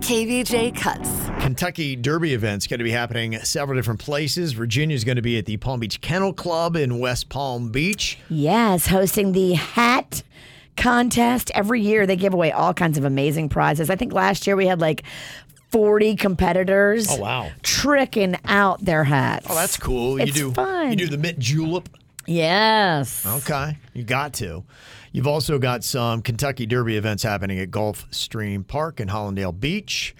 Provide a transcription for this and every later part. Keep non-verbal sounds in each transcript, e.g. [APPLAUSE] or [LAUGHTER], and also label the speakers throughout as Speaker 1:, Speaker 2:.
Speaker 1: KVJ Cuts.
Speaker 2: Kentucky Derby events going to be happening at several different places. Virginia's going to be at the Palm Beach Kennel Club in West Palm Beach.
Speaker 3: Yes, hosting the hat contest every year. They give away all kinds of amazing prizes. I think last year we had like 40 competitors.
Speaker 2: Oh, wow.
Speaker 3: Tricking out their hats.
Speaker 2: Oh, that's cool.
Speaker 3: It's
Speaker 2: you do
Speaker 3: fun.
Speaker 2: you do the mint julep.
Speaker 3: Yes.
Speaker 2: Okay, you got to. You've also got some Kentucky Derby events happening at Gulfstream Park in Hollandale Beach.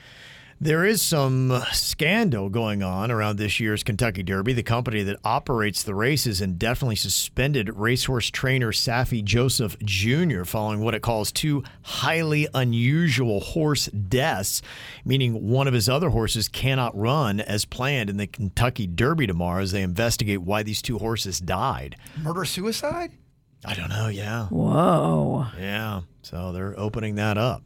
Speaker 2: There is some scandal going on around this year's Kentucky Derby. The company that operates the races indefinitely suspended racehorse trainer Safi Joseph Jr. following what it calls two highly unusual horse deaths, meaning one of his other horses cannot run as planned in the Kentucky Derby tomorrow as they investigate why these two horses died.
Speaker 4: Murder suicide?
Speaker 2: I don't know. Yeah.
Speaker 3: Whoa.
Speaker 2: Yeah. So they're opening that up.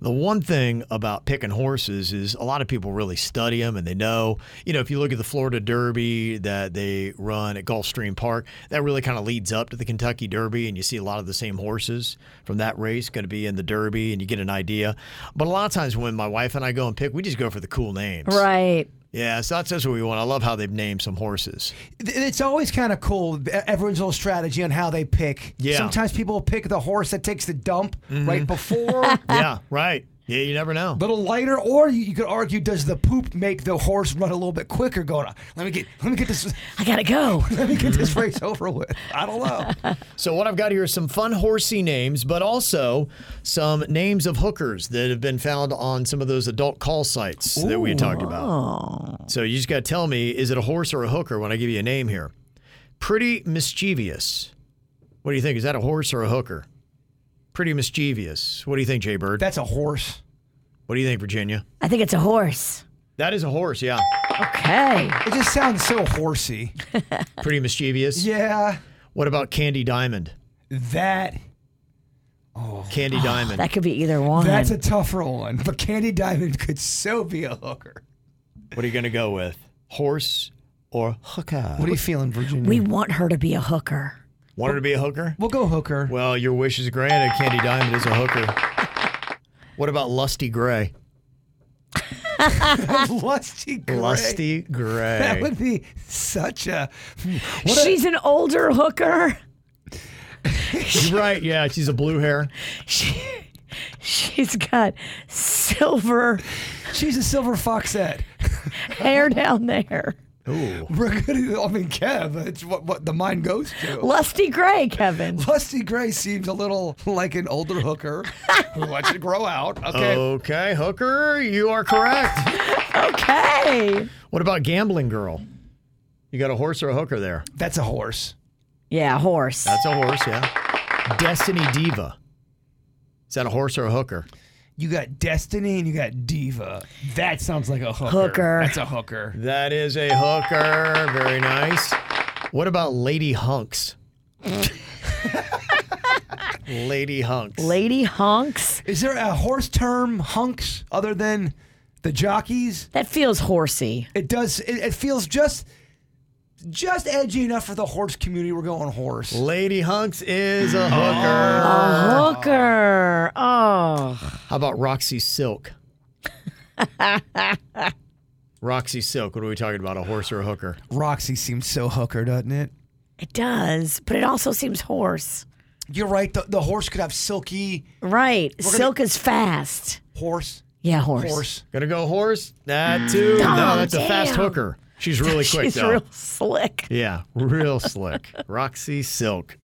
Speaker 2: The one thing about picking horses is a lot of people really study them and they know, you know, if you look at the Florida Derby that they run at Gulfstream Park, that really kind of leads up to the Kentucky Derby and you see a lot of the same horses from that race going to be in the Derby and you get an idea. But a lot of times when my wife and I go and pick, we just go for the cool names.
Speaker 3: Right.
Speaker 2: Yeah, so that's just what we want. I love how they've named some horses.
Speaker 4: Th- It's always kind of cool. e- Everyone's little strategy on how they pick.
Speaker 2: Yeah.
Speaker 4: Sometimes people will pick the horse that takes the dump right before, [LAUGHS]
Speaker 3: [LAUGHS]
Speaker 2: yeah, right. Yeah, you never know.
Speaker 4: little lighter, or you, you could argue, does the poop make the horse run a little bit quicker? Going, let me get, let me get this, [LAUGHS]
Speaker 3: I got to go.
Speaker 4: let me get this race over with. I don't [LAUGHS] know.
Speaker 2: So what I've got here is some fun horsey names, but also some names of hookers that have been found on some of those adult call sites that we talked about. So you just got to tell me, is it a horse or a hooker when I give you a name here? Pretty mischievous. What do you think? Is that a horse or a hooker? Pretty mischievous. What do you think, Jay Bird?
Speaker 4: That's a horse.
Speaker 2: What do you think, Virginia?
Speaker 3: I think it's a horse.
Speaker 2: That is a horse,
Speaker 4: [SIGHS]
Speaker 2: yeah.
Speaker 3: Okay.
Speaker 4: It just sounds so horsey.
Speaker 2: Pretty mischievous.
Speaker 4: Yeah,
Speaker 2: What about Candy Diamond?
Speaker 4: that. [SIGHS] Oh,
Speaker 2: Candy Diamond.
Speaker 3: That could be either one.
Speaker 4: That's a tougher one. But Candy Diamond could so be a hooker.
Speaker 2: What are you going to go with? Horse or hooker?
Speaker 4: What are you feeling, Virginia?
Speaker 3: we want her to be a hooker.
Speaker 2: Want her to be a hooker?
Speaker 4: we'll go hooker.
Speaker 2: Well, your wish is granted. Candy Diamond is a hooker. What about Lusty Gray?
Speaker 4: [LAUGHS] Lusty Gray.
Speaker 2: Lusty Gray.
Speaker 4: That would be such a. What
Speaker 3: She's an older hooker. [LAUGHS]
Speaker 2: You're right. Yeah, she's a blue hair.
Speaker 3: She, she's got silver
Speaker 4: a she's a silver fox head. [LAUGHS]
Speaker 3: hair down there.
Speaker 2: Ooh.
Speaker 4: We're gonna. I mean, Kev. It's what what the mind goes to.
Speaker 3: Lusty gray, Kevin.
Speaker 4: Lusty Gray seems a little like an older hooker who lets it
Speaker 3: [LAUGHS]
Speaker 4: grow out. Okay.
Speaker 3: Oh.
Speaker 2: Okay, hooker, you are correct.
Speaker 3: Okay.
Speaker 2: what about Gambling Girl? You got a horse or a hooker there?
Speaker 4: That's a horse.
Speaker 3: Yeah, horse.
Speaker 2: That's a horse, yeah. Destiny Diva. Is that a horse or a hooker?
Speaker 4: You got Destiny and you got Diva. That sounds like a hooker.
Speaker 3: Hooker.
Speaker 4: That's a hooker.
Speaker 2: That is a hooker. Very nice. What about Lady
Speaker 4: [LAUGHS]
Speaker 2: Hunks? Lady Hunks.
Speaker 3: Lady honks.
Speaker 4: Is there a horse term hunks other than the jockeys?
Speaker 3: That feels horsey.
Speaker 4: It does. It, it feels just just edgy enough for the horse community. We're going horse.
Speaker 2: Lady Hunks is a hooker.
Speaker 3: A hooker. Oh.
Speaker 2: How about Roxy Silk? [LAUGHS] Roxy Silk. What are we talking about? A horse or a hooker?
Speaker 4: Roxy seems so hooker, doesn't it?
Speaker 3: It does, but it also seems horse.
Speaker 4: You're right. The, the horse could have silky
Speaker 3: Right. Silk is fast.
Speaker 4: horse.
Speaker 3: Yeah, horse.
Speaker 4: Horse.
Speaker 2: Gonna go horse? That too. Mm. no,
Speaker 3: Oh,
Speaker 2: that's a fast
Speaker 3: damn.
Speaker 2: hooker. [LAUGHS] She's really quick
Speaker 3: She's
Speaker 2: though.
Speaker 3: real slick.
Speaker 2: Yeah, real slick. Roxy Silk.